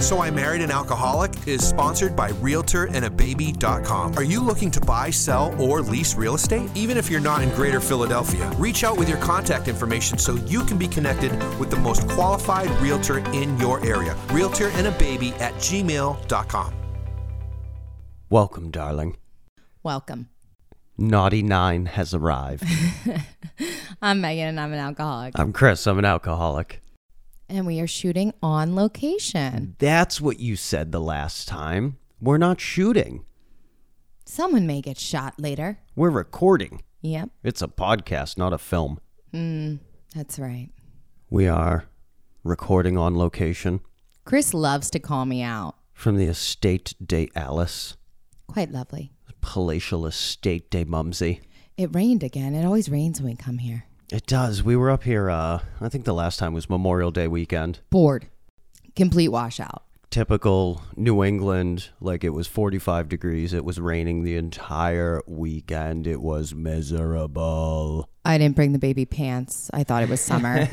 So I Married an Alcoholic is sponsored by RealtorAndABaby.com. Are you looking to buy, sell, or lease real estate? Even if you're not in greater Philadelphia, reach out with your contact information so you can be connected with the most qualified realtor in your area. RealtorAndABaby at gmail.com. Welcome, darling. Welcome. Naughty Nine has arrived. I'm Megan and I'm an alcoholic. I'm Chris. I'm an alcoholic. And we are shooting on location. That's what you said the last time. We're not shooting, Someone may get shot later. we're recording. Yep, Hmm, It's a podcast, not a film. that's right. We are recording on location Chris loves to call me out. from the Estate de Alice, Quite lovely. Palatial Estate de Mumsy. It rained again. It always rains when we come here. It does. We were up here, uh, I think the last time was Memorial Day weekend. Bored. Complete washout. Typical New England, like it was 45 degrees. It was raining the entire weekend. It was miserable. I didn't bring the baby pants. I thought it was summer.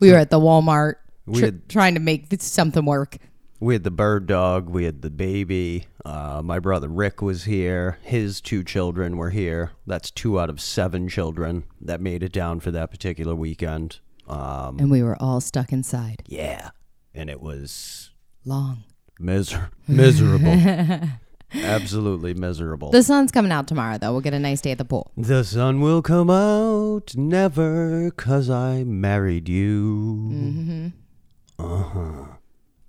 we were at the Walmart We tr- had- trying to make th- something work. We had the bird dog. We had the baby. Uh, my brother Rick was here. His two children were here. That's two out of seven children that made it down for that particular weekend. Um, And we were all stuck inside. yeah, and it was Long. miser- miserable. Absolutely miserable. The sun's coming out tomorrow, though. We'll get a nice day at the pool. the sun will come out never, 'cause I married you. Mm-hmm. Uh huh.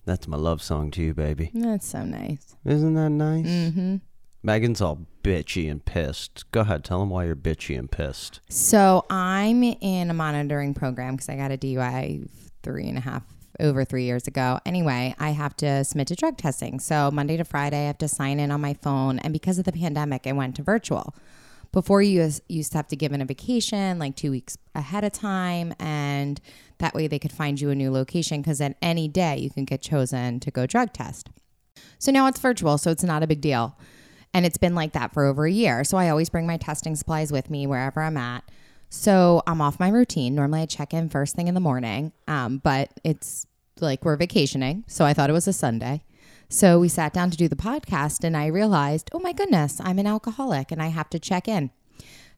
That's my love song to you, baby. That's so nice. Isn't that nice? Mm-hmm. Megan's all bitchy and pissed. Go ahead, tell him why you're bitchy and pissed. So I'm in a monitoring program because I got a DUI three and a half over three years ago. Anyway, I have to submit to drug testing. So Monday to Friday, I have to sign in on my phone. And because of the pandemic, I went to virtual. Before you us- you used to have to give in a vacation like two weeks ahead of time, and that way they could find you a new location because at any day you can get chosen to go drug test. So now it's virtual, so it's not a big deal. And it's been like that for over a year. So I always bring my testing supplies with me wherever I'm at. So I'm off my routine. Normally I check in first thing in the morning, um, but it's like we're vacationing. So I thought it was a Sunday. So we sat down to do the podcast, and I realized, oh my goodness, I'm an alcoholic and I have to check in.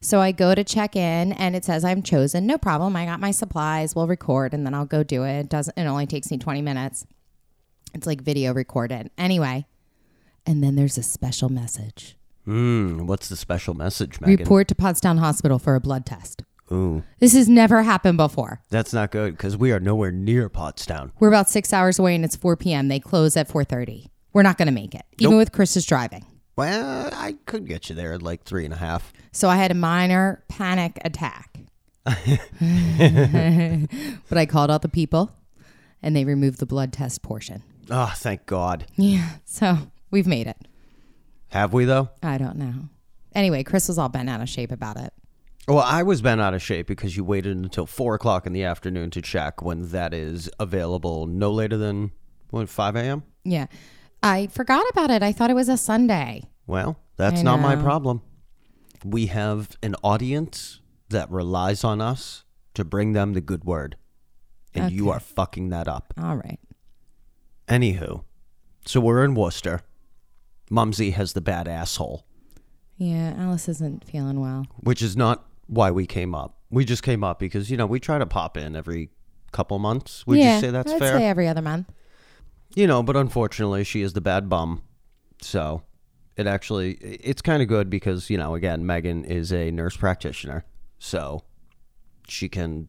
So I go to check in and it says I'm chosen. No problem. I got my supplies. We'll record and then I'll go do it. It doesn't it only takes me 20 minutes. It's like video recorded. Anyway, and then there's a special message. Mm, what's the special message, Megan? Report to Pottstown Hospital for a blood test. Ooh, This has never happened before. that's not good because we are nowhere near Pottstown. We're about six hours away and it's 4 p.m. They close at 4.30. We're not going to make it, even Nope. with Chris's driving. Well, I could get you there at like three and a half. So I had a minor panic attack. but I called out the people and they removed the blood test portion. Oh, thank God. Yeah. So we've made it. Have we though? I don't know. Anyway, Chris was all bent out of shape about it. Well, I was bent out of shape because you waited until four o'clock in the afternoon to check when that is available. No later than what five a.m. Yeah. I forgot about it. I thought it was a Sunday. Well, that's I not my know. problem. We have an audience that relies on us to bring them the good word. And you are fucking that up. All right. Anywho, so we're in Worcester. Mumsy has the bad asshole, Yeah, Alice isn't feeling well. which is not why we came up. We just came up because, you know, we try to pop in every couple months. Would yeah, you say that's I'd fair? say every other month. you know but unfortunately she is the bad bum so it actually it's kind of good because you know again megan is a nurse practitioner so she can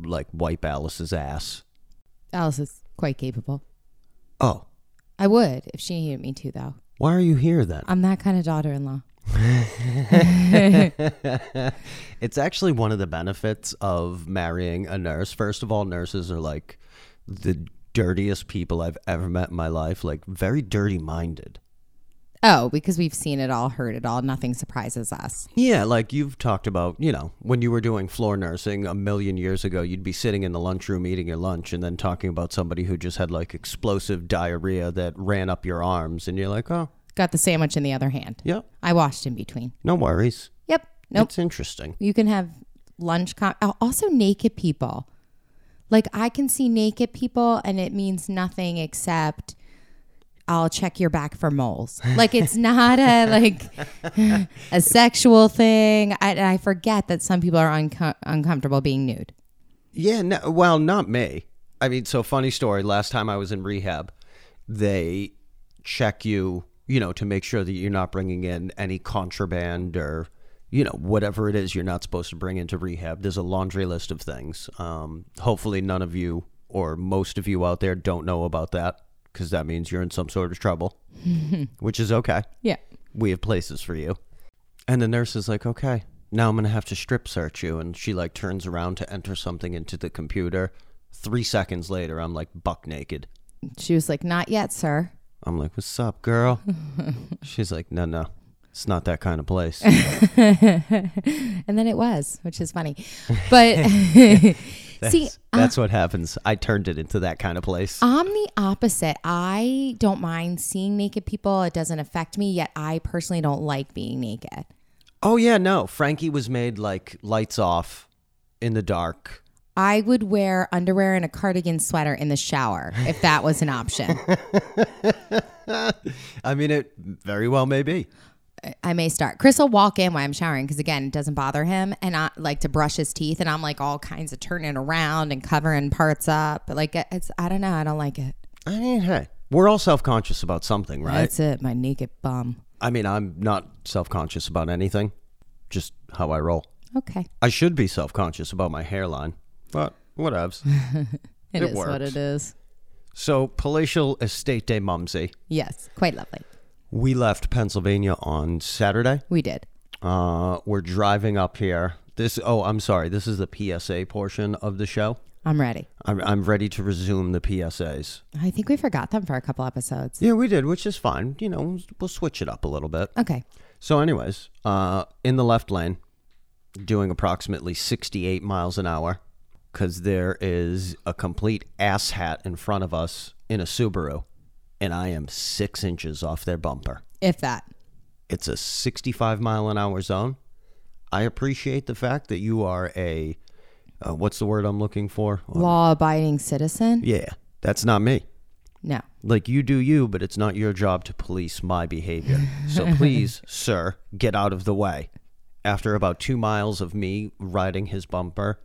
like wipe alice's ass Alice is quite capable. oh I would if she needed me to, though. why are you here then I'm that kind of daughter-in-law. it's actually one of the benefits of marrying a nurse first of all nurses are like the dirtiest people i've ever met in my life like very dirty minded Oh, because we've seen it all, heard it all. Nothing surprises us. Yeah, like you've talked about, you know, when you were doing floor nursing a million years ago, you'd be sitting in the lunchroom eating your lunch and then talking about somebody who just had like explosive diarrhea that ran up your arms. And you're like, oh, Got the sandwich in the other hand. yeah, I washed in between. no worries. Yep. Nope. It's interesting. You can have lunch. Com- oh, also, naked people. Like I can see naked people and it means nothing except I'll check your back for moles. Like it's not a like a sexual thing. I, I forget that some people are unco- uncomfortable being nude. Yeah, no, well, not me. I mean, so funny story. Last time I was in rehab, they check you, you know, to make sure that you're not bringing in any contraband or, you know, whatever it is you're not supposed to bring into rehab. There's a laundry list of things. Um, hopefully, none of you or most of you out there don't know about that because that means you're in some sort of trouble, which is okay. Yeah. We have places for you. And the nurse is like, okay, now I'm going to have to strip search you. And she like turns around to enter something into the computer. Three seconds later, I'm like buck naked. She was like, "Not yet, sir." I'm like, what's up, girl? She's like, no, no, it's not that kind of place. And then it was, which is funny. But see, That's what happens. I turned it into that kind of place. I'm the opposite. I don't mind seeing naked people. It doesn't affect me, yet I personally don't like being naked. oh, yeah, no. Frankie was made like lights off in the dark. I would wear underwear and a cardigan sweater in the shower if that was an option. I mean, it very well may be. I may start. Chris will walk in while I'm showering because again, it doesn't bother him, and I like to brush his teeth, and I'm like all kinds of turning around and covering parts up. Like it's, I don't know, I don't like it. I mean, hey, we're all self conscious about something, right? That's it, my naked bum. I mean, I'm not self conscious about anything, just how I roll. Okay, I should be self conscious about my hairline, but whatevs. It is what works. it is. so, palatial estate day, Mumsy. Yes, quite lovely. We left Pennsylvania on Saturday. We did. Uh, we're driving up here. This, oh, I'm sorry. This is the PSA portion of the show. I'm ready. I'm, I'm ready to resume the PSAs. I think we forgot them for a couple episodes. Yeah, we did, which is fine. You know, we'll switch it up a little bit. Okay. So, anyways, uh, in the left lane, doing approximately 68 miles an hour, because there is a complete asshat in front of us in a Subaru, and I am six inches off their bumper. If that. It's a 65 mile an hour zone. I appreciate the fact that you are a, uh, what's the word I'm looking for? Well, Law abiding citizen? yeah, that's not me. No. Like you do you, but it's not your job to police my behavior. So please, sir, get out of the way. After about two miles of me riding his bumper,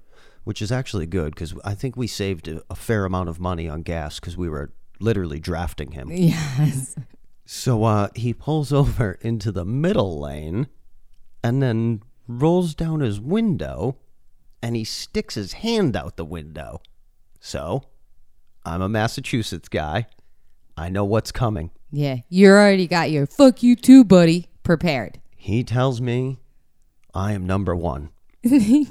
which is actually good because I think we saved a, a fair amount of money on gas because we were literally drafting him. Yes. So uh, he pulls over into the middle lane and then rolls down his window and he sticks his hand out the window. So I'm a Massachusetts guy. I know what's coming. Yeah. You already got your fuck you too, buddy, prepared. He tells me I am number one.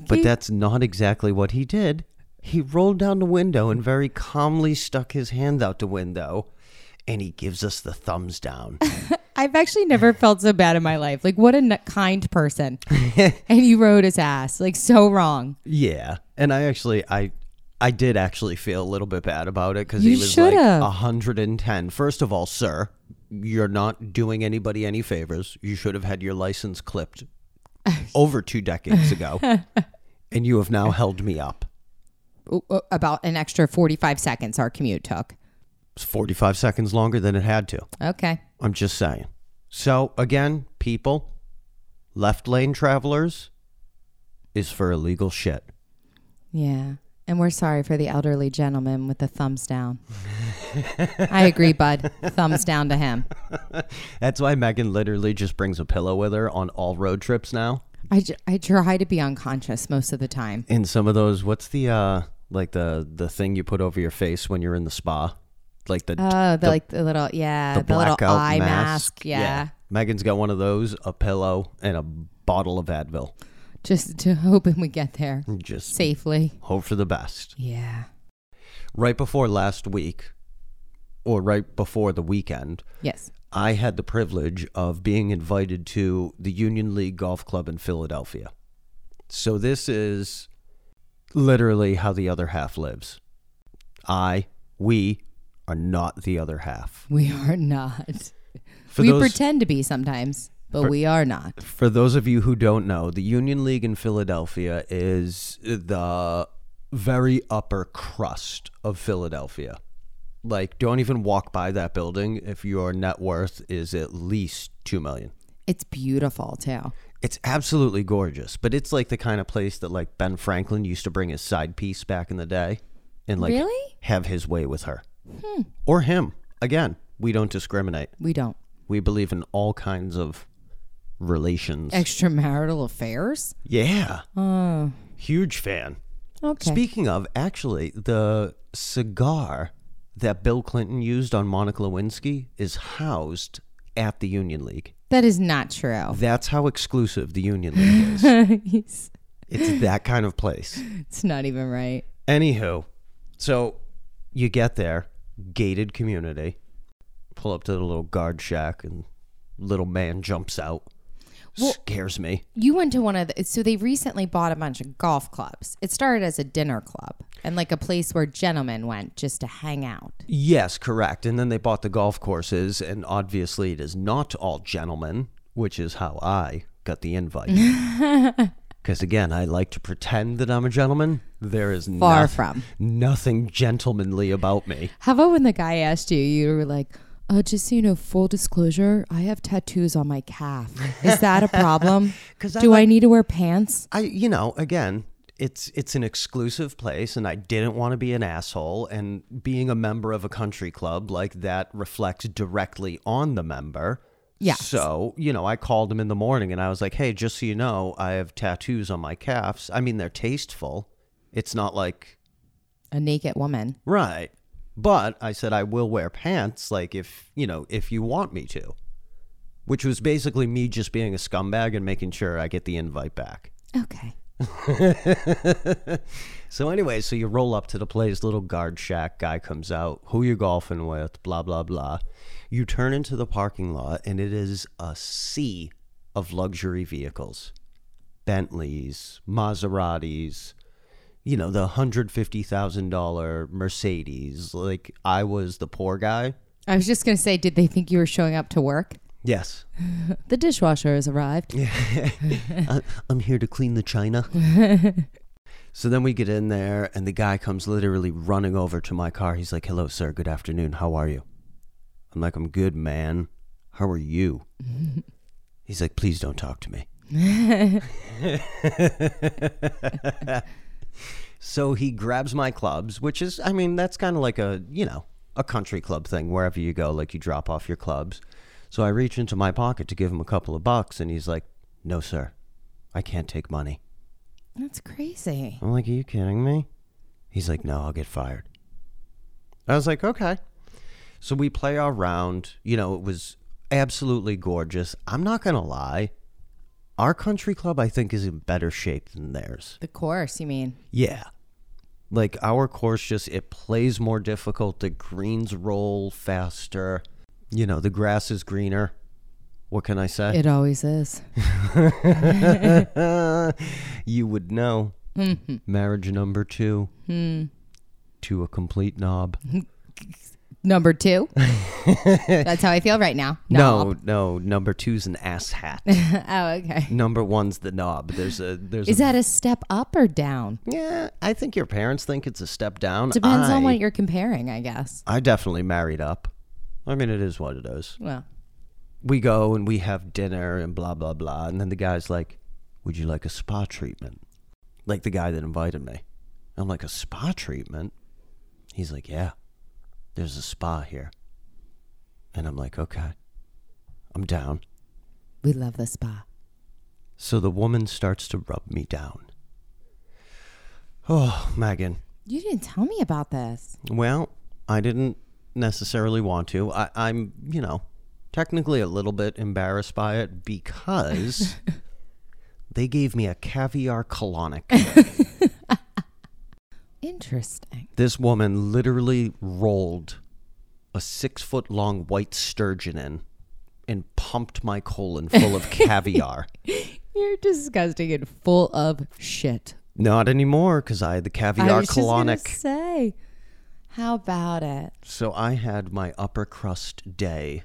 but that's not exactly what he did. He rolled down the window and very calmly stuck his hand out the window and he gives us the thumbs down. I've actually never felt so bad in my life. Like, what a n- kind person. and you rode his ass. Like, so wrong. yeah. And I actually I I did actually feel a little bit bad about it because You he was like should've. 110. First of all, sir, you're not doing anybody any favors. You should have had your license clipped over two decades ago. and you have now held me up. O- o- About an extra 45 seconds our commute took. It's 45 seconds longer than it had to. Okay. I'm just saying. So, again, people, left lane travelers is for illegal shit. Yeah. And we're sorry for the elderly gentleman with the thumbs down. I agree, bud. Thumbs down to him. That's why Megan literally just brings a pillow with her on all road trips now. I, j- I try to be unconscious most of the time. In some of those, what's the, uh, like the, the thing you put over your face when you're in the spa? Like the, Oh, the, like the little yeah, the, little blackout eye mask. mask. Yeah. Megan's got one of those, a pillow, and a bottle of Advil. Just to hoping we get there Just safely. hope for the best. Yeah. right before last week or right before the weekend, Yes. I had the privilege of being invited to the Union League Golf Club in Philadelphia. So this is literally how the other half lives. I, we are not the other half. We are not. For we those pretend to be sometimes, but we are not. for those of you who don't know, the Union League in Philadelphia is the very upper crust of Philadelphia. Like, don't even walk by that building if your net worth is at least two million. It's beautiful too. It's absolutely gorgeous, but it's like the kind of place that like Ben Franklin used to bring his side piece back in the day, and like Really? Hmm. have his way with her or him. Again, we don't discriminate. We don't. We believe in all kinds of relations. Extramarital affairs? Yeah. Huge fan. Oh. Okay. Speaking of, actually, the cigar that Bill Clinton used on Monica Lewinsky is housed at the Union League. that is not true. That's how exclusive the Union League is. He's- it's that kind of place. it's not even right. Anywho, so you get there, gated community, pull up to the little guard shack, and little man jumps out. Scares me. You went to one of the, so they recently bought a bunch of golf clubs. It started as a dinner club and like a place where gentlemen went just to hang out. Yes, correct. And then they bought the golf courses, and obviously it is not all gentlemen, which is how I got the invite. Because again, I like to pretend that I'm a gentleman. There is Far noth- from. nothing gentlemanly about me. How about when the guy asked you, you were like, uh, just so you know, full disclosure, I have tattoos on my calf. Is that a problem? 'Cause I Do I like- need to wear pants? I, you know, again, it's it's an exclusive place, and I didn't want to be an asshole. And being a member of a country club like that reflects directly on the member. Yes. So you know, I called him in the morning, and I was like, "Hey, just so you know, I have tattoos on my calves. I mean, they're tasteful. It's not like A naked woman. right." But I said I will wear pants, like if you know, if you want me to, which was basically me just being a scumbag and making sure I get the invite back. Okay. So anyway, so you roll up to the place, little guard shack guy comes out, who you golfing with, blah blah blah. You turn into the parking lot and it is a sea of luxury vehicles. Bentleys, Maseratis, you know, the $150,000 Mercedes. Like I was the poor guy. I was just going to say, did they think you were showing up to work? Yes. The dishwasher has arrived. I, I'm here to clean the china. so then we get in there, and the guy comes literally running over to my car. He's like, "Hello, sir. Good afternoon. How are you?" I'm like, "I'm good, man. How are you?" He's like, "Please don't talk to me." so he grabs my clubs, which is, I mean, that's kind of like a, you know, a country club thing. Wherever you go, like you drop off your clubs. So I reach into my pocket to give him a couple of bucks, and he's like, "No, sir, I can't take money." That's crazy. I'm like, "Are you kidding me?" He's like, "No, I'll get fired." I was like, "Okay." So we play our round. You know, it was absolutely gorgeous. I'm not gonna lie. Our country club, I think, is in better shape than theirs. The course, you mean? Yeah. Like our course just it plays more difficult, the greens roll faster. You know, the grass is greener. What can I say? It always is. you would know. Marriage number 2. To a complete knob. Number two. That's how I feel right now. No, no, number two's an ass hat. Oh, okay. number one's the knob. There's a there's Is a, that a step up or down? Yeah, I think your parents think it's a step down. Depends Um, I- on what you're comparing, I guess. I definitely married up. I mean, it is what it is. Well, we go and we have dinner and blah blah blah and then the guy's like would you like a spa treatment like the guy that invited me i'm like a spa treatment he's like yeah there's a spa here and i'm like okay i'm down we love the spa. so the woman starts to rub me down oh megan You didn't tell me about this. Well, I didn't necessarily want to. I, I'm, you know, technically a little bit embarrassed by it because they gave me a caviar colonic. Interesting. this woman literally rolled a six foot long white sturgeon in and pumped my colon full of caviar. You're disgusting and full of shit. Not anymore because I had the I caviar was just gonna colonic. say, how about it? So I had my upper crust day.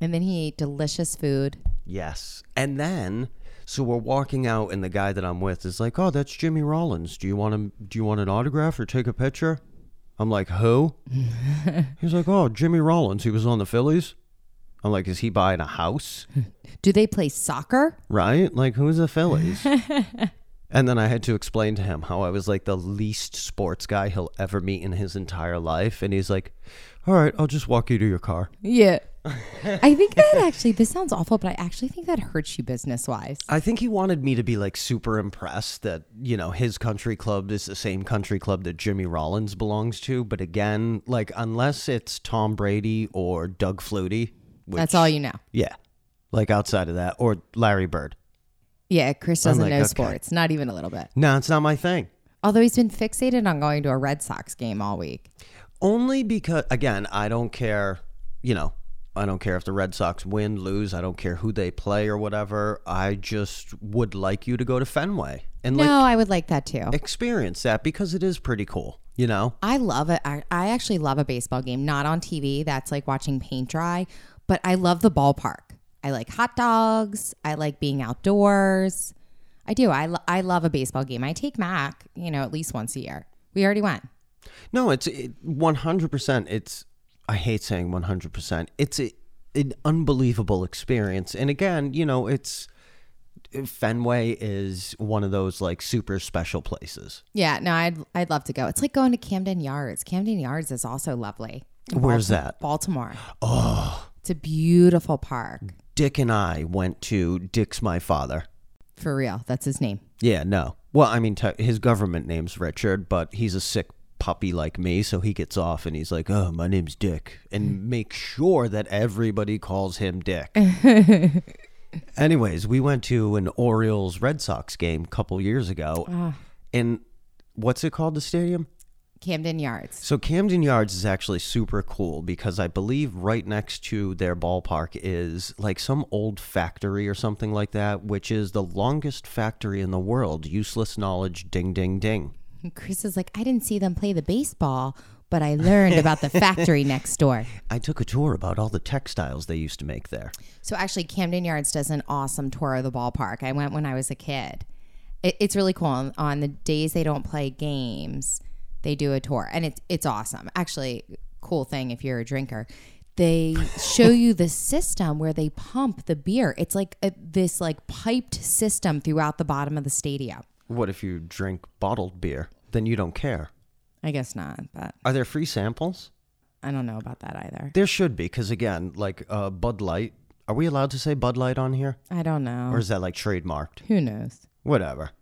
And then he ate delicious food. Yes. And then, So we're walking out, and the guy that I'm with is like, "Oh, that's Jimmy Rollins. Do you want him? Do you want an autograph or take a picture?" I'm like, "Who?" He's like, "Oh, Jimmy Rollins. He was on the Phillies." I'm like, "Is he buying a house?" Do they play soccer? right? Like, who's the Phillies? and then I had to explain to him how I was like the least sports guy he'll ever meet in his entire life. And he's like, all right, I'll just walk you to your car. Yeah. I think that actually, this sounds awful, but I actually think that hurts you business wise. I think he wanted me to be like super impressed that, you know, his country club is the same country club that Jimmy Rollins belongs to. But again, like, unless it's Tom Brady or Doug Flutie, which, That's all you know. yeah, like outside of that, or Larry Bird. Yeah, Chris doesn't like, know okay. sports, not even a little bit. No, it's not my thing. Although he's been fixated on going to a Red Sox game all week. Only because, again, I don't care, you know, I don't care if the Red Sox win, lose, I don't care who they play or whatever. I just would like you to go to Fenway and like no, I would like that too. experience that because it is pretty cool, you know? I love it. I I actually love a baseball game, not on TV. That's like watching paint dry, but I love the ballpark. I like hot dogs. I like being outdoors. I do. I, lo- I love a baseball game. I take Mac, you know, at least once a year. We already went. No, it's it, 100%. It's, I hate saying 100%. It's a, an unbelievable experience. And again, you know, it's, Fenway is one of those like super special places. Yeah, no, I'd, I'd love to go. It's like going to Camden Yards. Camden Yards is also lovely. Where's that? Baltimore. Oh. It's a beautiful park. Dick and I went to Dick's My Father. For real. That's his name. Yeah, no. Well, I mean, te- his government name's Richard, but he's a sick puppy like me, so he gets off and he's like, "Oh, my name's Dick," and make sure that everybody calls him Dick. Anyways, we went to an Orioles Red Sox game a couple years ago, and what's it called? The stadium. Camden Yards. So Camden Yards is actually super cool because I believe right next to their ballpark is like some old factory or something like that, which is the longest factory in the world. Useless knowledge, ding, ding, ding. And Chris is like, I didn't see them play the baseball, but I learned about the factory next door. I took a tour about all the textiles they used to make there. So actually, Camden Yards does an awesome tour of the ballpark. I went when I was a kid. It, it's really cool. On, on the days they don't play games, they do a tour, and it's it's awesome. Actually, cool thing if you're a drinker. They show you the system where they pump the beer. It's like a, this like piped system throughout the bottom of the stadium. What if you drink bottled beer? Then you don't care. I guess not, but Are there free samples? I don't know about that either. There should be, because again, like uh, Bud Light. Are we allowed to say Bud Light on here? I don't know. Or is that like trademarked? Who knows? Whatever.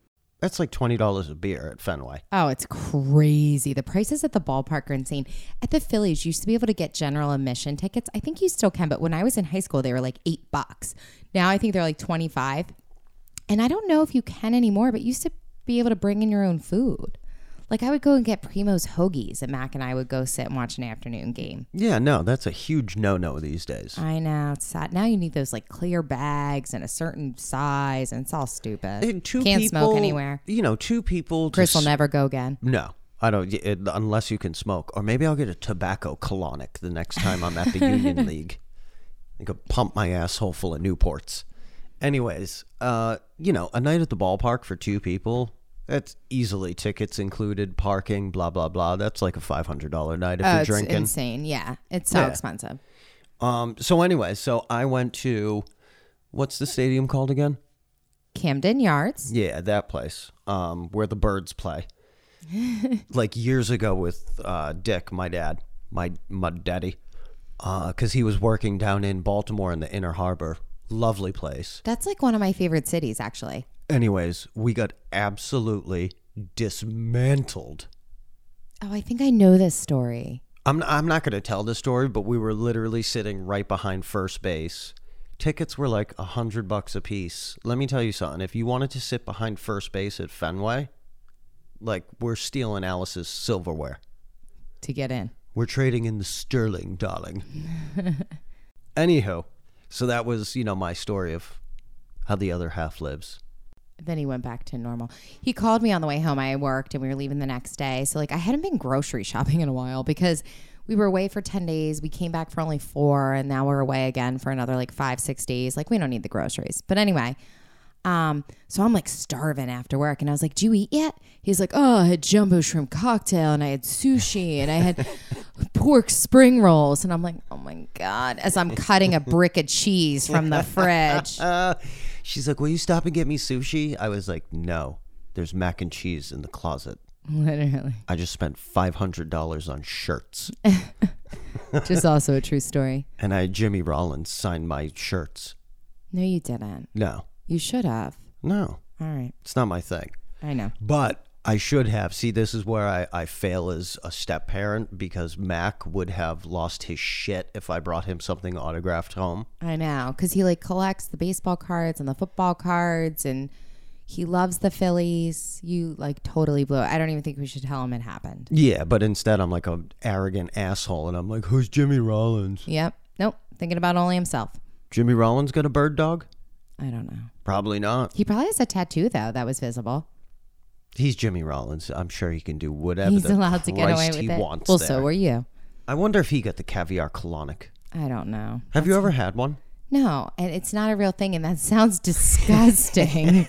That's like $20 a beer at Fenway. Oh, it's crazy. The prices at the ballpark are insane. At the Phillies, you used to be able to get general admission tickets. I think you still can, but when I was in high school, they were like eight bucks. Now I think they're like 25. And I don't know if you can anymore, but you used to be able to bring in your own food. Like I would go and get Primo's hoagies, and Mac and I would go sit and watch an afternoon game. Yeah, no, that's a huge no no these days. I know it's sad. Now you need those like clear bags and a certain size, and it's all stupid. And two Can't people- smoke anywhere. You know, two people. to Chris will s- never go again. No, I don't. y- It, unless you can smoke, or maybe I'll get a tobacco colonic the next time I'm at the Union League. I could pump my asshole full of Newports. Anyways, uh, you know, a night at the ballpark for two people. That's easily tickets included, parking, blah blah blah. That's like a five hundred dollar night if Oh, you're it's drinking. insane. Yeah, it's so Yeah. expensive. Um. So, anyways, so I went to what's the stadium called again? Camden Yards. Yeah, that place um, where the birds play. like years ago with uh, Dick, my dad, my my daddy, because he was working down in Baltimore in the Inner Harbor. Lovely place. That's like one of my favorite cities, actually. Anyways, we got absolutely dismantled. Oh, I think I know this story. I'm I'm not going to tell the story, but we were literally sitting right behind first base. Tickets were like a hundred bucks a piece. Let me tell you something. If you wanted to sit behind first base at Fenway, like we're stealing Alice's silverware. To get in, We're trading in the sterling, darling. Anywho, so that was you know my story of how the other half lives. then he went back to normal. He called me on the way home. I worked, and we were leaving the next day. So like, I hadn't been grocery shopping in a while because we were away for ten days. We came back for only four, and now we're away again for another like five, six days. Like, we don't need the groceries. But anyway, Um, so I'm like starving after work, and I was like, "Do you eat yet?" He's like, "Oh, I had jumbo shrimp cocktail, and I had sushi, and I had pork spring rolls." And I'm like, "Oh my god!" As I'm cutting a brick of cheese from the fridge, Uh, she's like, Will you stop and get me sushi? I was like, No, there's mac and cheese in the closet. literally, I just spent $500 on shirts. which is also a true story. and I had Jimmy Rollins sign my shirts. No, you didn't. No, You should have. no, All right, it's not my thing. I know. But I should have. See, this is where I, I fail as a step parent because Mac would have lost his shit if I brought him something autographed home. I know, because he like collects the baseball cards and the football cards, and he loves the Phillies. You like totally blew it. I don't even think we should tell him it happened. Yeah, but instead I'm like an arrogant asshole and I'm like, who's Jimmy Rollins? Yep. Nope. Thinking about only himself. Jimmy Rollins got a bird dog? I don't know. Probably not. He probably has a tattoo though that was visible. He's Jimmy Rollins. I'm sure he can do whatever He's the allowed to get away Christ with he it. wants. well, there. so were you. I wonder if he got the caviar colonic. I don't know. Have you ever had one? No, and it's not a real thing, and that sounds disgusting.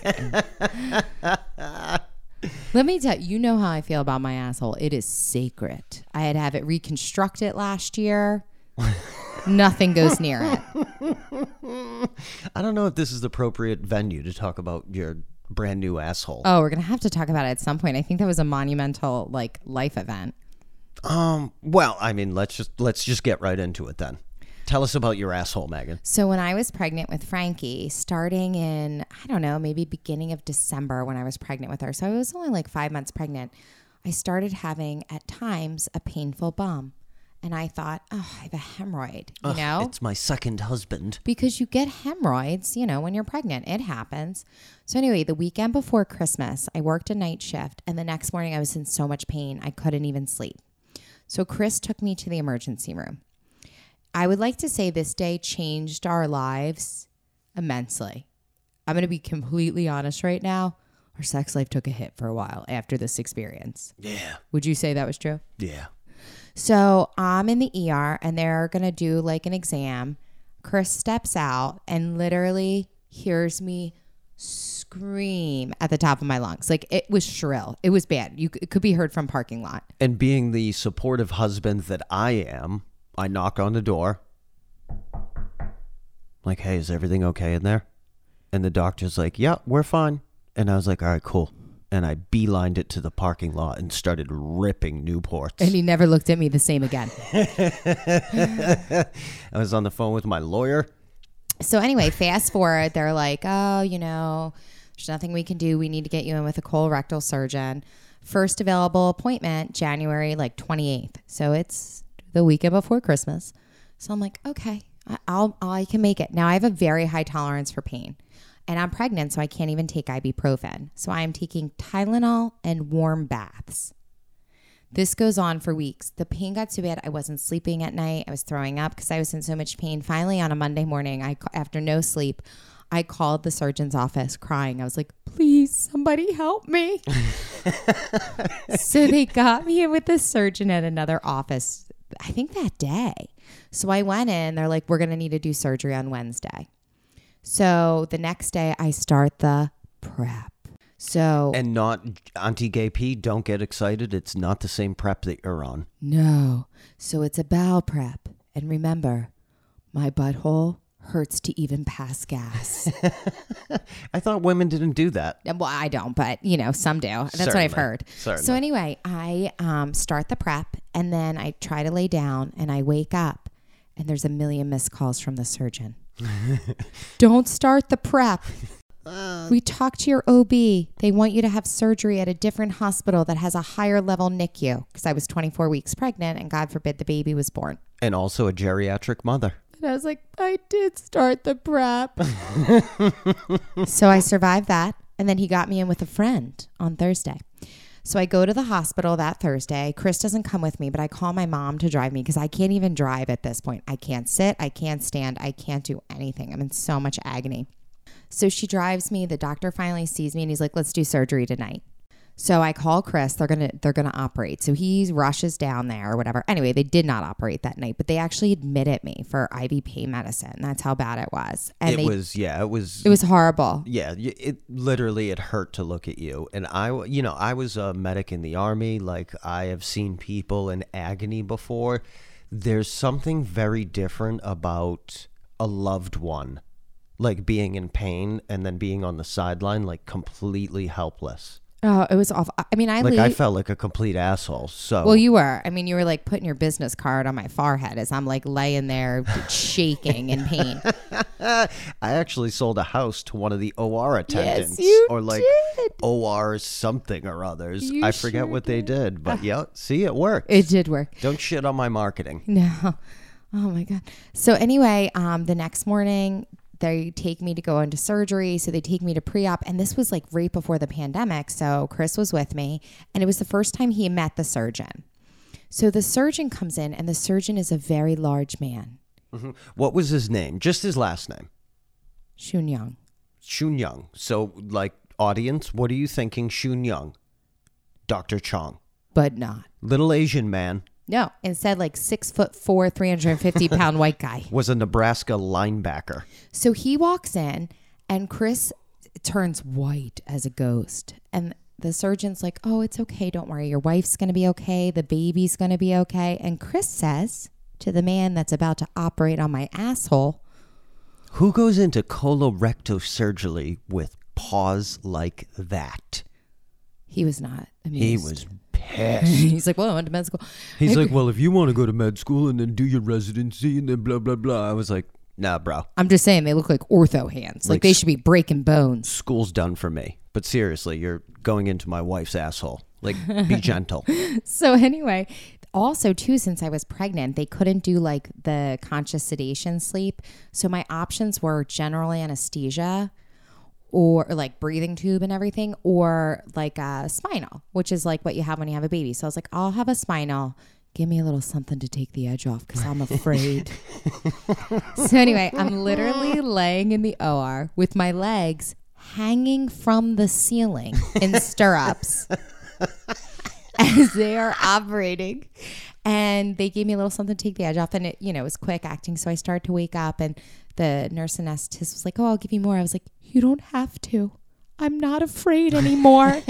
Let me tell you, you know how I feel about my asshole. It is sacred. I had to have it reconstructed last year. Nothing goes near it. I don't know if this is the appropriate venue to talk about your brand new asshole. Oh, we're gonna have to talk about it at some point. I think that was a monumental like life event. Um, well, I mean, let's just let's just get right into it then. Tell us about your asshole, Megan. So when I was pregnant with Frankie, starting in I don't know, maybe beginning of December when I was pregnant with her. So I was only like 5 months pregnant. I started having at times a painful bum. And I thought, "Oh, I have a hemorrhoid." You know? It's my second husband. because you get hemorrhoids, you know, when you're pregnant. It happens. So, anyway, the weekend before Christmas, I worked a night shift, and the next morning I was in so much pain, I couldn't even sleep. So, Chris took me to the emergency room. I would like to say this day changed our lives immensely. I'm going to be completely honest right now. Our sex life took a hit for a while after this experience. Yeah, Would you say that was true? yeah. So I'm in the ER and they're going to do like an exam. Chris steps out and literally hears me scream at the top of my lungs. Like it was shrill. It was bad. You, c- it could be heard from parking lot. And being the supportive husband that I am, I knock on the door. Like, hey, is everything okay in there? And the doctor's like, yeah, we're fine. And I was like, all right, cool. And I beelined it to the parking lot and started ripping Newports. And he never looked at me the same again. I was on the phone with my lawyer. So anyway, fast forward, they're like, oh, you know, there's nothing we can do. We need to get you in with a colorectal surgeon. First available appointment, January like 28th. So it's the weekend before Christmas. So I'm like, okay, I- I'll, I can make it. Now I have a very high tolerance for pain and I'm pregnant, so I can't even take ibuprofen. So I am taking Tylenol and warm baths. This goes on for weeks. The pain got so bad I wasn't sleeping at night. I was throwing up because I was in so much pain. Finally, on a Monday morning, I ca- after no sleep, I called the surgeon's office crying. I was like, "Please, somebody help me!" so they got me in with the surgeon at another office. I think that day. So I went in. They're like, "We're gonna need to do surgery on Wednesday." So the next day, I start the prep. So and not anti gay P, don't get excited. It's not the same prep that you're on. No. So it's a bowel prep. And remember, my butthole hurts to even pass gas. I thought women didn't do that. well, I don't, but you know, some do. That's what I've Certainly. heard. So Certainly. anyway, I um, start the prep and then I try to lay down and I wake up and there's a million missed calls from the surgeon. don't start the prep. Uh. We talked to your OB. They want you to have surgery at a different hospital that has a higher level NICU because I was 24 weeks pregnant and God forbid the baby was born. And also a geriatric mother. And I was like, I did start the prep. so I survived that. And then he got me in with a friend on Thursday. So I go to the hospital that Thursday. Chris doesn't come with me, but I call my mom to drive me because I can't even drive at this point. I can't sit, I can't stand, I can't do anything. I'm in so much agony. So she drives me. The doctor finally sees me and he's like, let's do surgery tonight. So I call Chris. They're gonna they're gonna operate. So he rushes down there or whatever. Anyway, they did not operate that night, but they actually admitted me for IVP medicine. That's how bad it was. And it they was yeah, it was it was horrible. yeah, y- it literally it hurt to look at you. And I, w- you know, I was a medic in the army. Like I have seen people in agony before. There's something very different about a loved one, like being in pain and then being on the sideline, like completely helpless. Oh, it was awful. I I mean, I Like leave. I felt like a complete asshole. So well, you were. I mean, you were like putting your business card on my forehead as I'm like laying there shaking in pain. I actually sold a house to one of the OR attendants, you or like did. OR something or others. You I forget sure what they did, but yeah, see, it worked. It did work. Don't shit on my marketing. No. Oh my god. So anyway, um, the next morning they take me to go into surgery. So they take me to pre-op, and this was like right before the pandemic. So Chris was with me, and it was the first time he met the surgeon. So the surgeon comes in, and the surgeon is a very large man, What was his name? Just his last name, Shun Young. Shun Young. So, like, audience, what are you thinking, Shun Young? Dr. Chong, but not. little Asian man, No, instead like six foot four, three hundred and fifty pound white guy. was a Nebraska linebacker. So he walks in, and Chris turns white as a ghost. And the surgeon's like, Oh, it's okay. Don't worry. Your wife's going to be okay. The baby's going to be okay. And Chris says to the man that's about to operate on my asshole, Who goes into colorectal surgery with paws like that? he was not amused. He was pissed. He's like, Well, I went to med school. He's like, well, if you want to go to med school and then do your residency and then blah blah blah. I was like, nah, bro, I'm just saying they look like ortho hands. Like, Like they s- should be breaking bones. school's done for me. But seriously, you're going into my wife's asshole. Like, be gentle. So anyway, also too, since I was pregnant, they couldn't do like the conscious sedation sleep. So my options were general anesthesia or like breathing tube and everything, or like a spinal, which is like what you have when you have a baby. So I was like, I'll have a spinal. Give me a little something to take the edge off because I'm afraid. so, anyway, I'm literally laying in the OR with my legs hanging from the ceiling in stirrups as they are operating. And they gave me a little something to take the edge off. And it, you know, it was quick acting. So I started to wake up and the nurse anesthetist was like, Oh, I'll give you more. I was like, You don't have to. I'm not afraid anymore.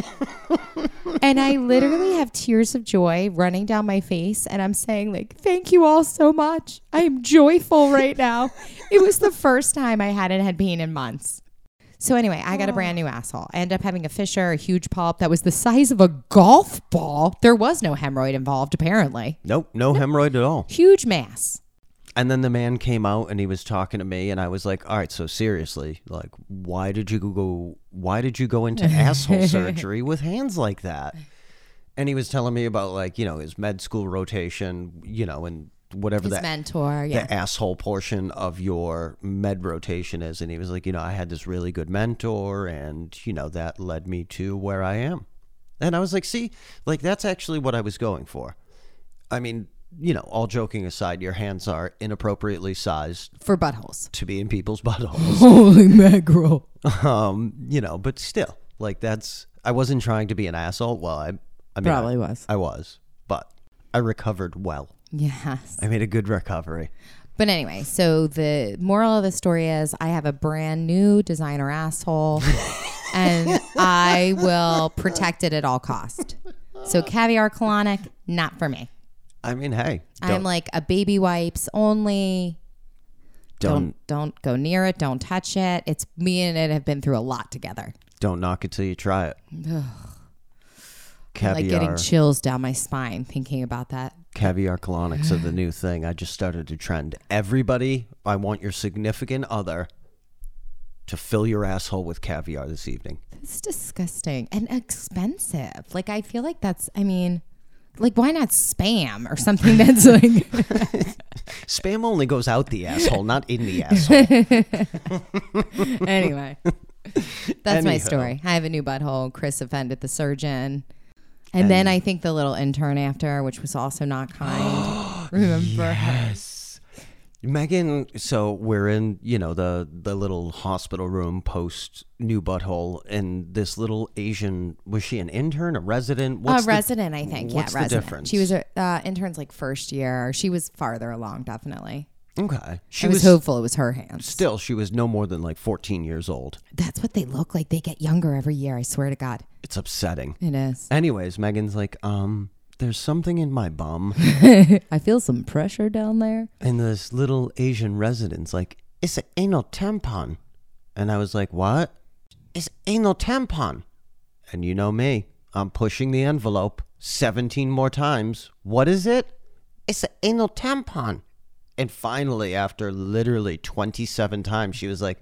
and I literally have tears of joy running down my face. And I'm saying, like, thank you all so much. I am joyful right now. it was the first time I hadn't had pain in months. So anyway, I got a brand new asshole. I ended up having a fissure, a huge polyp that was the size of a golf ball. There was no hemorrhoid involved, apparently. Nope, no hemorrhoid at all. Huge mass. And then the man came out and he was talking to me, and I was like, all right, so seriously, like, why did you go? Why did you go into asshole surgery with hands like that? And he was telling me about like you know his med school rotation, you know, and whatever His that mentor, yeah. the asshole portion of your med rotation is. And he was like, you know, I had this really good mentor, and, you know, that led me to where I am. And I was like, see, like, that's actually what I was going for. I mean, you know, all joking aside, your hands are inappropriately sized For buttholes. to be in people's buttholes. Holy mackerel. um, you know, but still, like, that's, I wasn't trying to be an asshole. Well, I, I mean, Probably was. I, I was, but I recovered well. Yes. I made a good recovery. But anyway, so the moral of the story is I have a brand new designer asshole and I will protect it at all cost. So caviar colonic, not for me. I mean, hey, I'm don't, like a baby wipes only. don't Don't don't go near it. Don't touch it. It's me and it have been through a lot together. Don't knock it till you try it. I'm, Caviar, Like getting chills down my spine thinking about that. caviar colonics are the new thing. I just started a trend. Everybody, I want your significant other to fill your asshole with caviar this evening. It's disgusting and expensive. Like I feel like that's. I mean, like why not spam or something that's like. Spam only goes out the asshole, not in the asshole. anyway, that's my Anyhow. story. I have a new butthole. Chris offended the surgeon. And, then I think the little intern after, which was also not kind. Remember? her? Megan, so we're in, you know, the the little hospital room post new butthole, and this little Asian was she an intern, a resident? a the- resident, I think. what's yeah, the resident. difference? She was a uh, intern's like first year. She was farther along, definitely. okay. She I was, was, hopeful it was her hands. still she was no more than like fourteen years old. That's what they look like. They get younger every year. I swear to God, It's upsetting. it is. Anyways, Megan's like, um, there's something in my bum, I feel some pressure down there. and this little Asian resident's like, it's an anal tampon, and I was like, what? It's anal tampon, and you know me, I'm pushing the envelope seventeen more times. What is it? It's an anal tampon. And finally, after literally 27 times, she was like,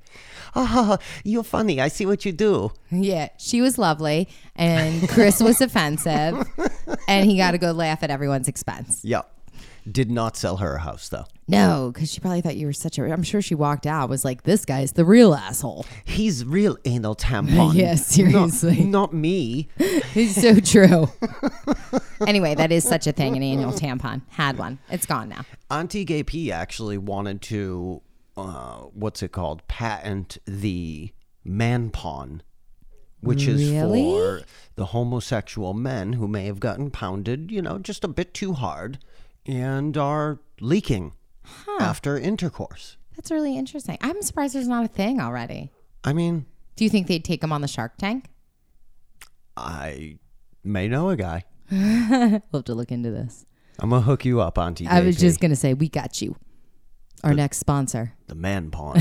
Oh, you're funny. I see what you do. Yeah, she was lovely, and Chris was offensive, and he got to go laugh at everyone's expense. Yeah. Did not sell her a house, though. No, because she probably thought you were such a. I'm sure she walked out was like, "This guy's the real asshole." He's real anal tampon. Yeah, seriously. Not, not me. It's so true. anyway, that is such a thing. An annual tampon had one. It's gone now. Auntie Gay P actually wanted to, uh, what's it called? Patent the man pawn, which Really? is for the homosexual men who may have gotten pounded, you know, just a bit too hard and are leaking after intercourse. That's really interesting. I'm surprised there's not a thing already. I mean, Do you think they'd take him on the Shark Tank? I may know a guy. We'll have to look into this. I'm going to hook you up, Auntie I was JP. just gonna say, we got you. Our next sponsor. The man pawn.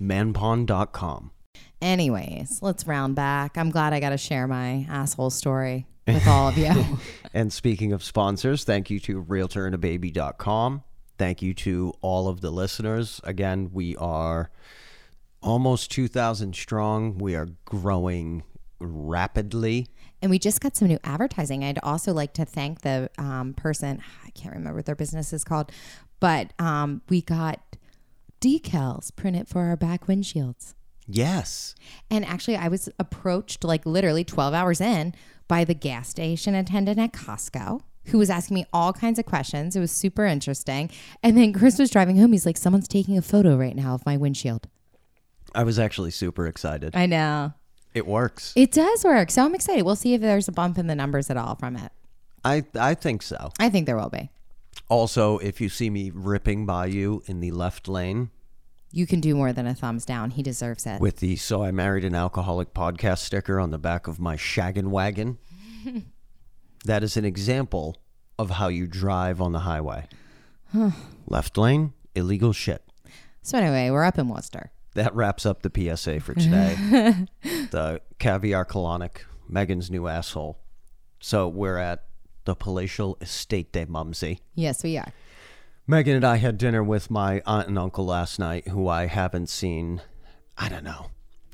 Manpawn.com. Anyways, let's round back. I'm glad I got to share my asshole story with all of you. And speaking of sponsors, thank you to realtorandababy.com. Thank you to all of the listeners. Again, we are almost 2,000 strong. We are growing rapidly. and we just got some new advertising. I'd also like to thank the um, person, I can't remember what their business is called, but um, we got decals printed for our back windshields. Yes. And actually, I was approached like literally 12 hours in by the gas station attendant at Costco who was asking me all kinds of questions. It was super interesting. And then Chris was driving home. He's like, someone's taking a photo right now of my windshield. I was actually super excited. I know. It works. It does work. So I'm excited. We'll see if there's a bump in the numbers at all from it. I, I think so. I think there will be. Also, if you see me ripping by you in the left lane You can do more than a thumbs down. He deserves it. with the So I Married an Alcoholic podcast sticker on the back of my shaggin' wagon, that is an example of how you drive on the highway. Left lane, illegal shit. So anyway, we're up in Worcester. That wraps up the PSA for today. the caviar colonic, Megan's new asshole. So we're at the palatial estate de Mumsy. Yes, we are. Megan and I had dinner with my aunt and uncle last night, who I haven't seen, I don't know.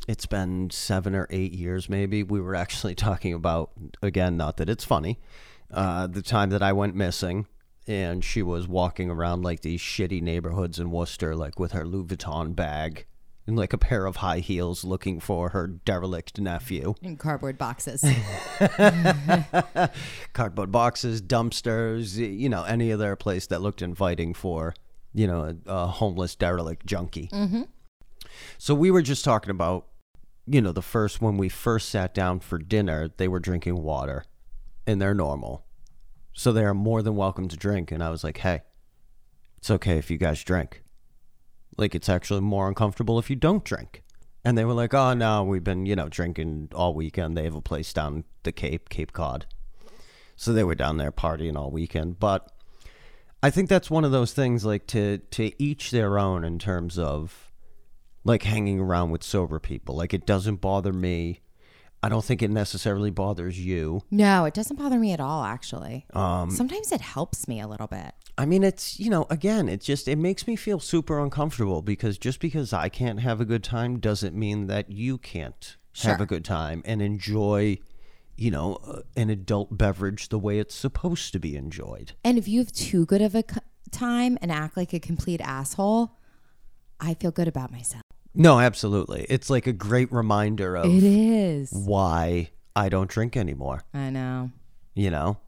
It's been seven or eight years, maybe. We were actually talking about, again, not that it's funny, uh, the time that I went missing. And she was walking around like these shitty neighborhoods in Worcester, like with her Louis Vuitton bag and like a pair of high heels looking for her derelict nephew. In cardboard boxes. cardboard boxes, dumpsters, y- you know, any other place that looked inviting for, you know, a, a homeless derelict junkie. Mm-hmm. So we were just talking about, you know, the first when we first sat down for dinner, they were drinking water, and they're normal, so they are more than welcome to drink. And I was like, hey, it's okay if you guys drink. Like it's actually more uncomfortable if you don't drink. And they were like, oh no, we've been, you know, drinking all weekend. They have a place down the Cape, Cape Cod. So they were down there partying all weekend. But I think that's one of those things like to to each their own in terms of like hanging around with sober people. Like it doesn't bother me. I don't think it necessarily bothers you. no, it doesn't bother me at all, actually. Sometimes it helps me a little bit. I mean it's you know, again, it just it makes me feel super uncomfortable because just because I can't have a good time doesn't mean that you can't have Sure. a good time and enjoy you know, uh, an adult beverage the way it's supposed to be enjoyed. And if you have too good of a c- time and act like a complete asshole, I feel good about myself. No, absolutely. It's like a great reminder of It is. why I don't drink anymore, I know. you know?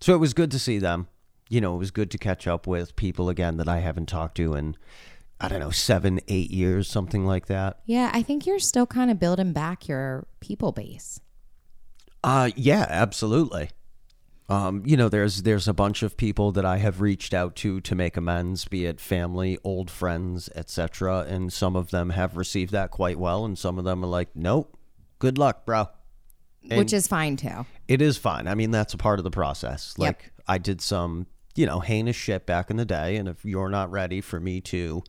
So it was good to see them. you know, it was good to catch up with people again that I haven't talked to in, I don't know, seven, eight years, something like that. Yeah, I think you're still kind of building back your people base. Uh, yeah, absolutely. Um, you know, there's there's a bunch of people that I have reached out to to make amends, be it family, old friends, etc. And some of them have received that quite well, and some of them are like, "Nope, good luck, bro." which is fine too. It is fun. I mean, that's a part of the process. Yep. Like I did some, you know, heinous shit back in the day, and if you're not ready for me to,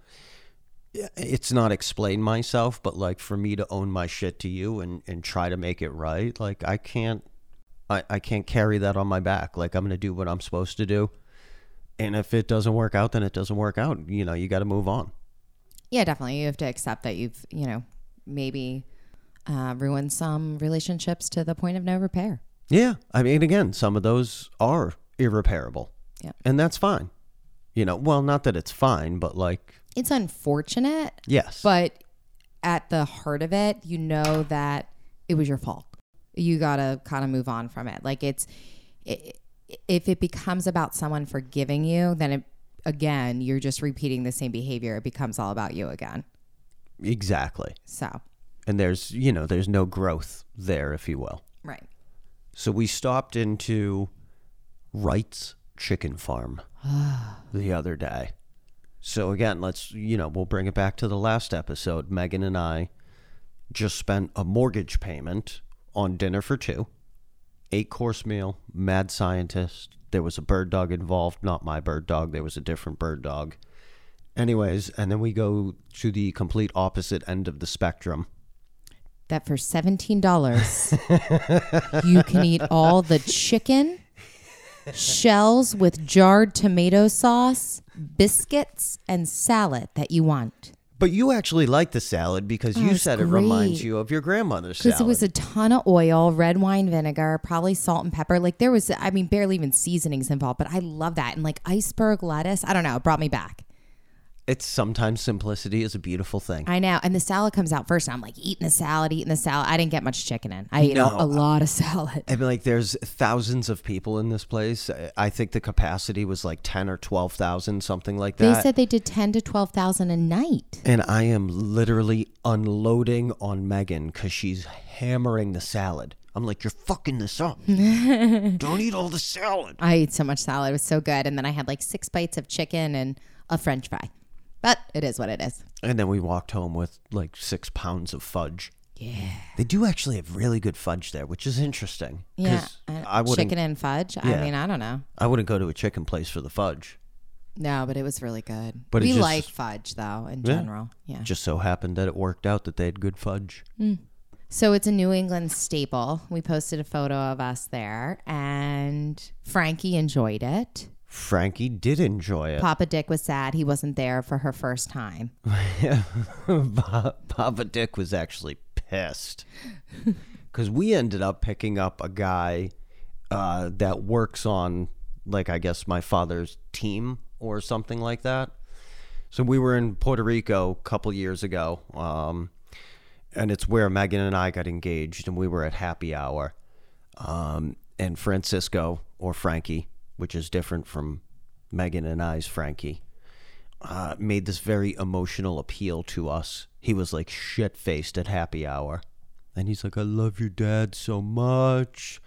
it's not explain myself, but like for me to own my shit to you and and try to make it right, like I can't, I I can't carry that on my back. Like I'm gonna do what I'm supposed to do, and if it doesn't work out, then it doesn't work out. You know, you got to move on. Yeah, definitely. You have to accept that you've, you know, maybe uh, ruined some relationships to the point of no repair. Yeah. I mean, again, some of those are irreparable. Yeah. And that's fine. You know, well, not that it's fine, but like, It's unfortunate, yes. but at the heart of it, you know that it was your fault. You got to kind of move on from it. Like it's, i if it becomes about someone forgiving you, then it, again, you're just repeating the same behavior. It becomes all about you again. exactly. So, And there's, you know, there's no growth there, if you will. right. So we stopped into Wright's Chicken Farm the other day. So again, let's, you know, we'll bring it back to the last episode. Megan and I just spent a mortgage payment on dinner for two, eight course meal, mad scientist. There was a bird dog involved, not my bird dog. There was a different bird dog. Anyways, and then we go to the complete opposite end of the spectrum. that for $17 you can eat all the chicken shells with jarred tomato sauce biscuits and salad that you want But you actually like the salad because you Oh, it's said it reminds great. you of your grandmother's salad. because it was a ton of oil red wine vinegar probably salt and pepper like there was i mean barely even seasonings involved but i love that and like iceberg lettuce i don't know it brought me back it's sometimes simplicity is a beautiful thing. i know and the salad comes out first and i'm like eating the salad eating the salad i didn't get much chicken in i ate No. a, a lot of salad I mean, like, there's thousands of people in this place. I- I think the capacity was like ten or twelve thousand, something like they that. said they did 10 to 12000 a night and I am literally unloading on Megan because she's hammering the salad. I'm like, you're fucking this up. Don't eat all the salad. I ate so much salad. It was so good. And then I had like six bites of chicken and a french fry. But it is what it is. And then we walked home with like six pounds of fudge. Yeah. They do actually have really good fudge there, which is interesting. 'cause Yeah. I wouldn't. chicken and fudge. Yeah. I mean, I don't know. I wouldn't go to a chicken place for the fudge. No, but it was really good. But it we just- like fudge though in general. Yeah. Just so happened that it worked out that they had good fudge. So it's a New England staple. We posted a photo of us there and Frankie enjoyed it. Frankie did enjoy it. Papa Dick was sad he wasn't there for her first time. Pa- Papa Dick was actually pissed because we ended up picking up a guy uh, that works on, like, I guess my father's team or something like that. So we were in Puerto Rico a couple years ago, um, and it's where Megan and I got engaged, and we were at happy hour. Um, and Francisco or Frankie, which is different from Megan and I's Frankie uh, made this very emotional appeal to us. He was like shit faced at happy hour, and he's like, "I love your dad so much,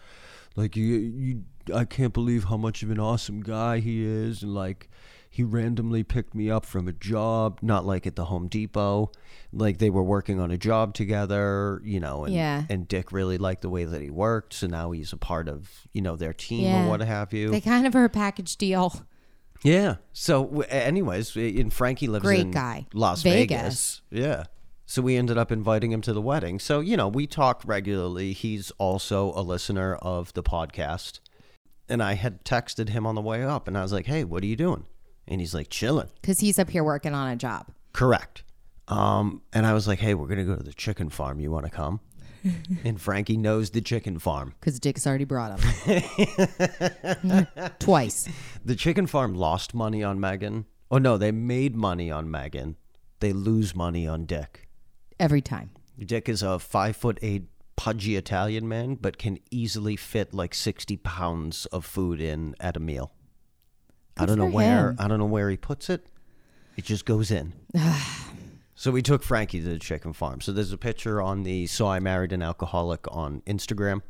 like you, you, I can't believe how much of an awesome guy he is, and like." He randomly picked me up from a job, not like at the Home Depot, like they were working on a job together, you know. And, Yeah. and Dick really liked the way that he worked, so now he's a part of you know their team Yeah. or what have you. They kind of are a package deal. Yeah. So, w- anyways, and Frankie lives Great in guy. Las Vegas. Vegas. Yeah. So we ended up inviting him to the wedding. So you know, we talk regularly. He's also a listener of the podcast, and I had texted him on the way up, and I was like, "Hey, what are you doing?" And he's like, "Chilling." Because he's up here working on a job. Correct. Um, and I was like, "Hey, we're gonna go to the chicken farm. You want to come?" and Frankie knows the chicken farm. because Dick's already brought him twice. The chicken farm lost money on Megan. Oh no, they made money on Megan. They lose money on Dick. Every time. Dick is a five foot eight pudgy Italian man, but can easily fit like sixty pounds of food in at a meal. I don't know for where. him. I don't know where he puts it. It just goes in. so we took Frankie to the chicken farm. So there's a picture on the "So I Married an Alcoholic" on Instagram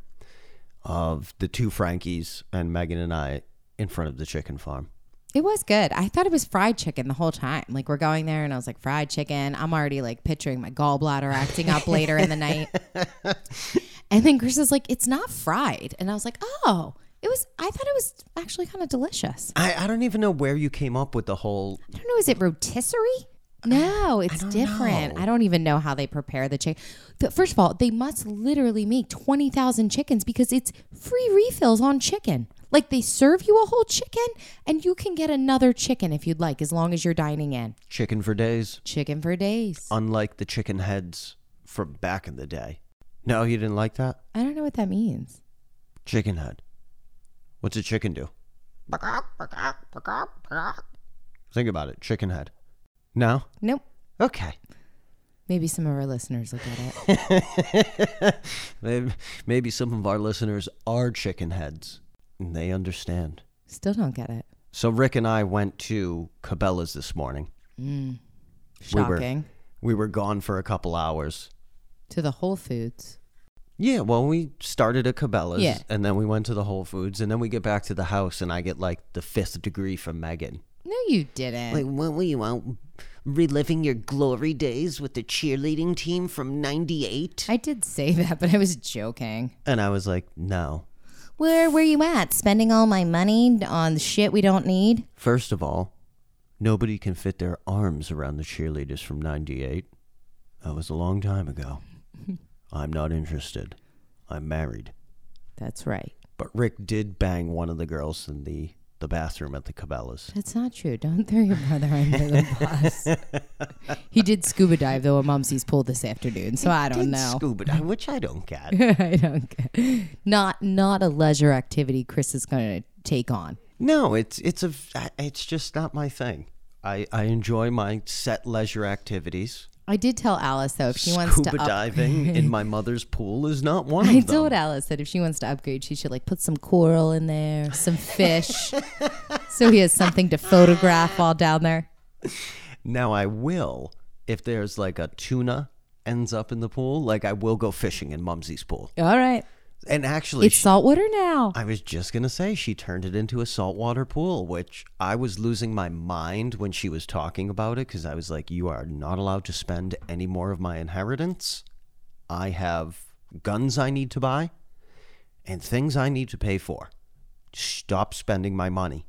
of the two Frankies and Megan and I in front of the chicken farm. It was good. I thought it was fried chicken the whole time. Like we're going there, and I was like, fried chicken. I'm already like picturing my gallbladder acting up later in the night. And then Chris is like, it's not fried, and I was like, oh, it was. I thought it was actually kind of delicious. I, I don't even know where you came up with the whole. I don't know. Is it rotisserie? No, it's different. know. I don't even know how they prepare the chicken. First of all, they must literally make 20,000 chickens because it's free refills on chicken. Like they serve you a whole chicken and you can get another chicken if you'd like as long as you're dining in. Chicken for days, Chicken for days. unlike the chicken heads from back in the day. No, you didn't like that? I don't know what that means. Chicken head. What's a chicken do? Think about it. Chicken head. No? Nope. Okay. Maybe some of our listeners will get it. Maybe, maybe some of our listeners are chicken heads and they understand. Still don't get it. So Rick and I went to Cabela's this morning. We were- Mm. Shocking. We were gone for a couple hours. to the Whole Foods. Yeah, well, we started at Cabela's Yeah. and then we went to the Whole Foods and then we get back to the house and I get like the fifth degree from Megan. No, you didn't. Like, what were you out reliving your glory days with the cheerleading team from 98? I did say that, but I was joking. And I was like, no. Where were you at? Spending all my money on shit we don't need? First of all, nobody can fit their arms around the cheerleaders from 98. That was a long time ago. I'm not interested. I'm married. That's right. But Rick did bang one of the girls in the, the bathroom at the Cabela's. That's not true. Don't throw your brother under the bus. he did scuba dive though at Mumsy's pool this afternoon, so I don't Did know. Scuba dive, which I don't get. I don't. Get, not not a leisure activity. Chris is going to take on. No, it's it's a it's just not my thing. I, I enjoy my set leisure activities. I did tell Alice though if she wants Scuba to up- diving in my mother's pool is not one I of them. told Alice that if she wants to upgrade, she should like put some coral in there, some fish, so he has something to photograph while down there. Now I will if there's like a tuna ends up in the pool, like I will go fishing in Mumsy's pool. All right, And actually, it's saltwater now. I was just going to say she turned it into a saltwater pool, which I was losing my mind when she was talking about it because I was like, you are not allowed to spend any more of my inheritance. I have guns I need to buy and things I need to pay for. Stop spending my money.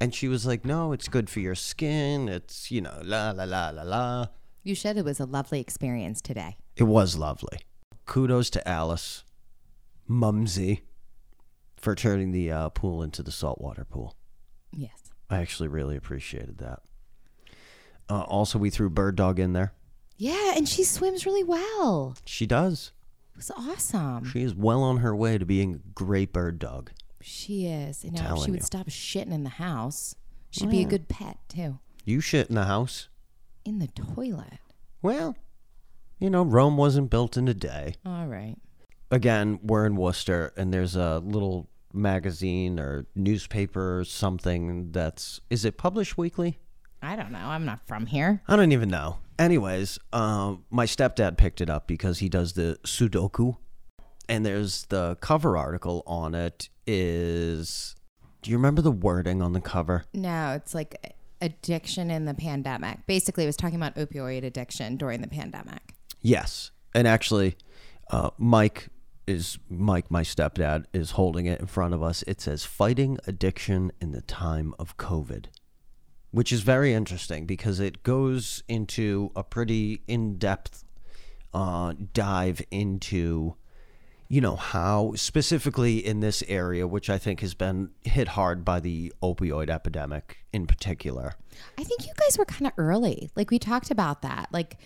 And she was like, no, it's good for your skin. It's, you know, la, la, la, la, la. You said it was a lovely experience today. It was lovely. Kudos to Alice, Mumsy, for turning the uh, pool into the saltwater pool. Yes. I actually really appreciated that. Uh, also, we threw Bird Dog in there. Yeah, and she swims really well. She does. It was awesome. She is well on her way to being a great bird dog. She is. You know, if Telling she would you. stop shitting in the house. She'd be a good pet too. You shit in the house. In the toilet. Well, you know, Rome wasn't built in a day. All right. again, we're in Worcester, and there's a little magazine or newspaper or something that's is it published weekly? I don't know. I'm not from here. I don't even know. Anyways, um, my stepdad picked it up because he does the Sudoku, and there's the cover article on it. Is do you remember the wording on the cover? No, it's like addiction in the pandemic. Basically, it was talking about opioid addiction during the pandemic. Yes, and actually, uh, Mike is Mike, my stepdad, is holding it in front of us. It says "Fighting Addiction in the Time of COVID," which is very interesting because it goes into a pretty in-depth uh, dive into, you know, how specifically in this area, which I think has been hit hard by the opioid epidemic in particular. I think you guys were kind of early. Like we talked about that, like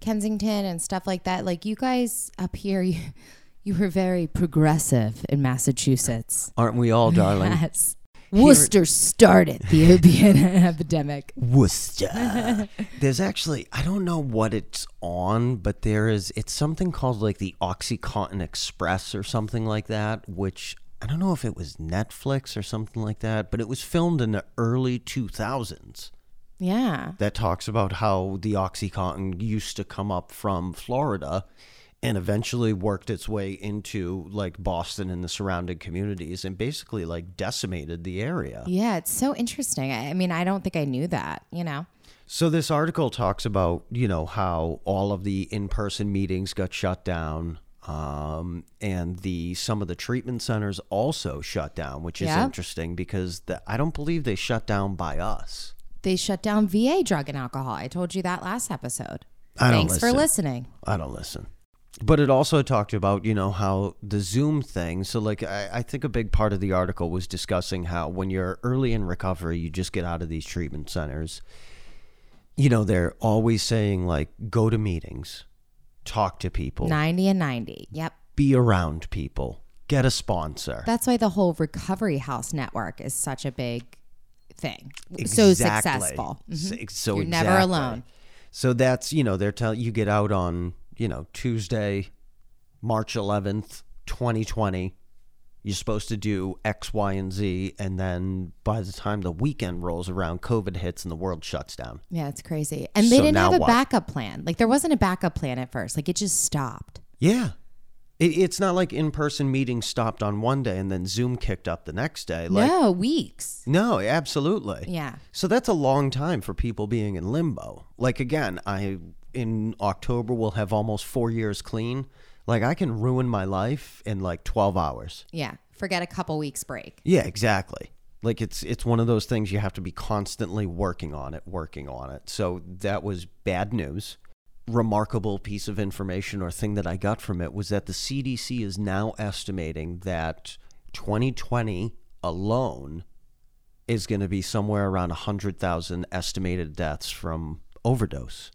Kensington and stuff like that. Like you guys up here, you, you were very progressive in Massachusetts. Aren't we all, darling? Yes. Worcester started the opiate epidemic. Worcester. There's actually I don't know what it's on, but there is it's something called like the OxyContin Express or something like that, which I don't know if it was Netflix or something like that, but it was filmed in the early 2000s Yeah. that talks about how the Oxycontin used to come up from Florida and eventually worked its way into like Boston and the surrounding communities and basically like decimated the area. Yeah. It's so interesting. I, I mean, I don't think I knew that, you know? So this article talks about you know how all of the in-person meetings got shut down, um, and the some of the treatment centers also shut down, which is Yeah. interesting because the, I don't believe they shut down by us. They shut down VA drug and alcohol. I told you that last episode. I don't Thanks for listen. listening. I don't listen. But it also talked about, you know, how the Zoom thing. So, like, I, I think a big part of the article was discussing how when you're early in recovery, you just get out of these treatment centers. You know, they're always saying, like, go to meetings, talk to people, 90 and 90. Yep. be around people, get a sponsor. That's why the whole recovery house network is such a big thing. So Exactly. successful. S- Mhm. ex- So You're never exactly. alone. So that's you know they're telling you get out on you know Tuesday, March eleventh, twenty twenty. You're supposed to do X, Y, and Z, and then by the time the weekend rolls around, COVID hits and the world shuts down. Yeah, it's crazy. And they So didn't now have a what? backup plan. Like there wasn't a backup plan at first. Like it just stopped. Yeah. It, it's not like in person meetings stopped on one day and then Zoom kicked up the next day. Like, no, weeks. no, absolutely. Yeah. So that's a long time for people being in limbo. Like again, I in October will have almost 4 years clean. Like I can ruin my life in like 12 hours. Yeah. Forget a couple weeks break. Yeah, exactly. Like it's it's one of those things you have to be constantly working on it, working on it. So that was bad news. Remarkable piece of information or thing that I got from it was that the CDC is now estimating that 2020 alone is going to be somewhere around 100,000 estimated deaths from overdose.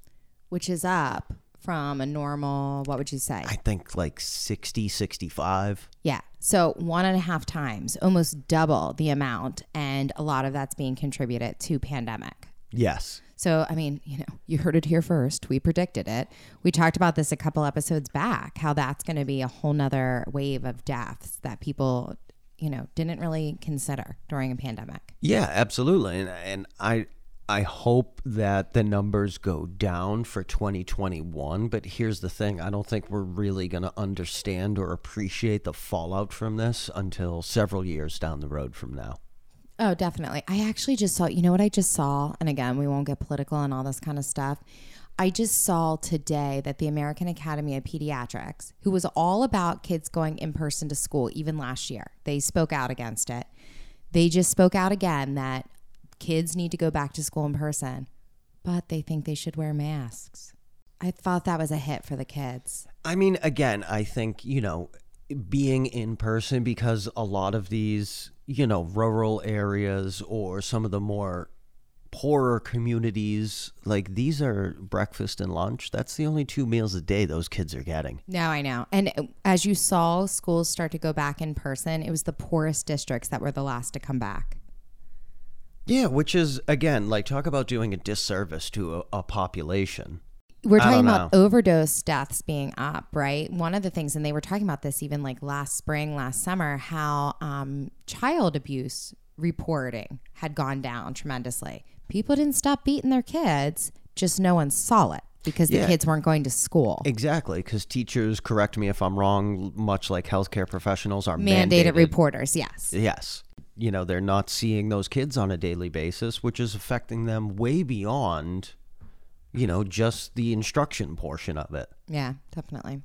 Which is up from a normal what would you say? I think like 60, 65. Yeah. So one and a half times, almost double the amount. And a lot of that's being contributed to pandemic. Yes. So, I mean, you know, you heard it here first. We predicted it. We talked about this a couple episodes back, how that's going to be a whole nother wave of deaths that people, you know, didn't really consider during a pandemic. Yeah, absolutely. And and I I hope that the numbers go down for 2021, but here's the thing, I don't think we're really going to understand or appreciate the fallout from this until several years down the road from now. Oh, definitely. I actually just saw, you know what I just saw? And again, we won't get political and all this kind of stuff. I just saw today that the American Academy of Pediatrics, who was all about kids going in person to school even last year, they spoke out against it. They just spoke out again that kids need to go back to school in person, but they think they should wear masks. I thought that was a hit for the kids. I mean, again, I think, you know, being in person because a lot of these, you know, rural areas or some of the more poorer communities, like these are breakfast and lunch. That's the only two meals a day those kids are getting. No, I know. And as you saw schools start to go back in person, it was the poorest districts that were the last to come back. Yeah, which is again like talk about doing a disservice to a, a population. we're I don't talking about overdose deaths being up, right? One of the things, and they were talking about this even like last spring, last summer, how um, child abuse reporting had gone down tremendously. People didn't stop beating their kids, just no one saw it because the Yeah. kids weren't going to school. Exactly, because teachers correct me if I'm wrong. Much like healthcare professionals are mandated, mandated. reporters, yes. yes, you know they're not seeing those kids on a daily basis, which is affecting them way beyond, you know, just the instruction portion of it. Yeah, definitely.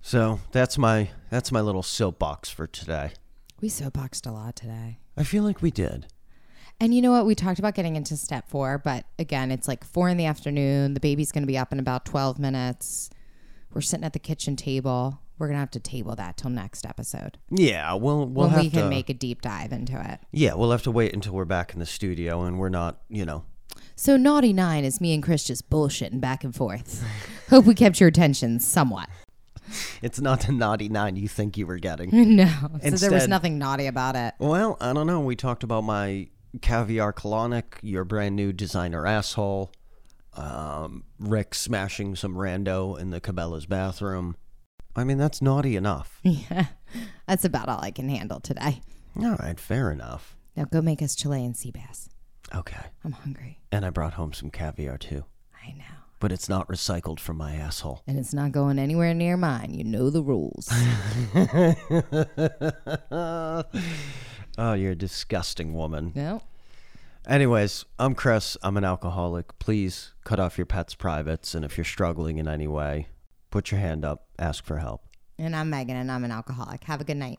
So that's my that's my little soapbox for today. We soapboxed a lot today. I feel like we did. And you know what? We talked about getting into step four, but again, it's like four in the afternoon. The baby's going to be up in about 12 minutes. We're sitting at the kitchen table. We're going to have to table that till next episode Yeah, we'll we'll when have we to can make a deep dive into it. yeah we'll have to wait until we're back in the studio and we're not you know So, Naughty Nine is me and Chris just bullshitting back and forth. Hope we kept your attention somewhat. It's not the naughty nine you think you were getting. No. so, there was Instead- nothing naughty about it. well, I don't know. We talked about my caviar colonic, your brand new designer asshole, um, Rick smashing some rando in the Cabela's bathroom. I mean, that's naughty enough. Yeah. That's about all I can handle today. All right, fair enough. Now go make us Chilean sea bass. Okay. I'm hungry. And I brought home some caviar too, I know. but it's not recycled from my asshole. And it's not going anywhere near mine. You know the rules. Oh, you're a disgusting woman. no. Anyways, I'm Chris. I'm an alcoholic. Please cut off your pet's privates. And if you're struggling in any way, put your hand up, ask for help. And I'm Megan and I'm an alcoholic. Have a good night.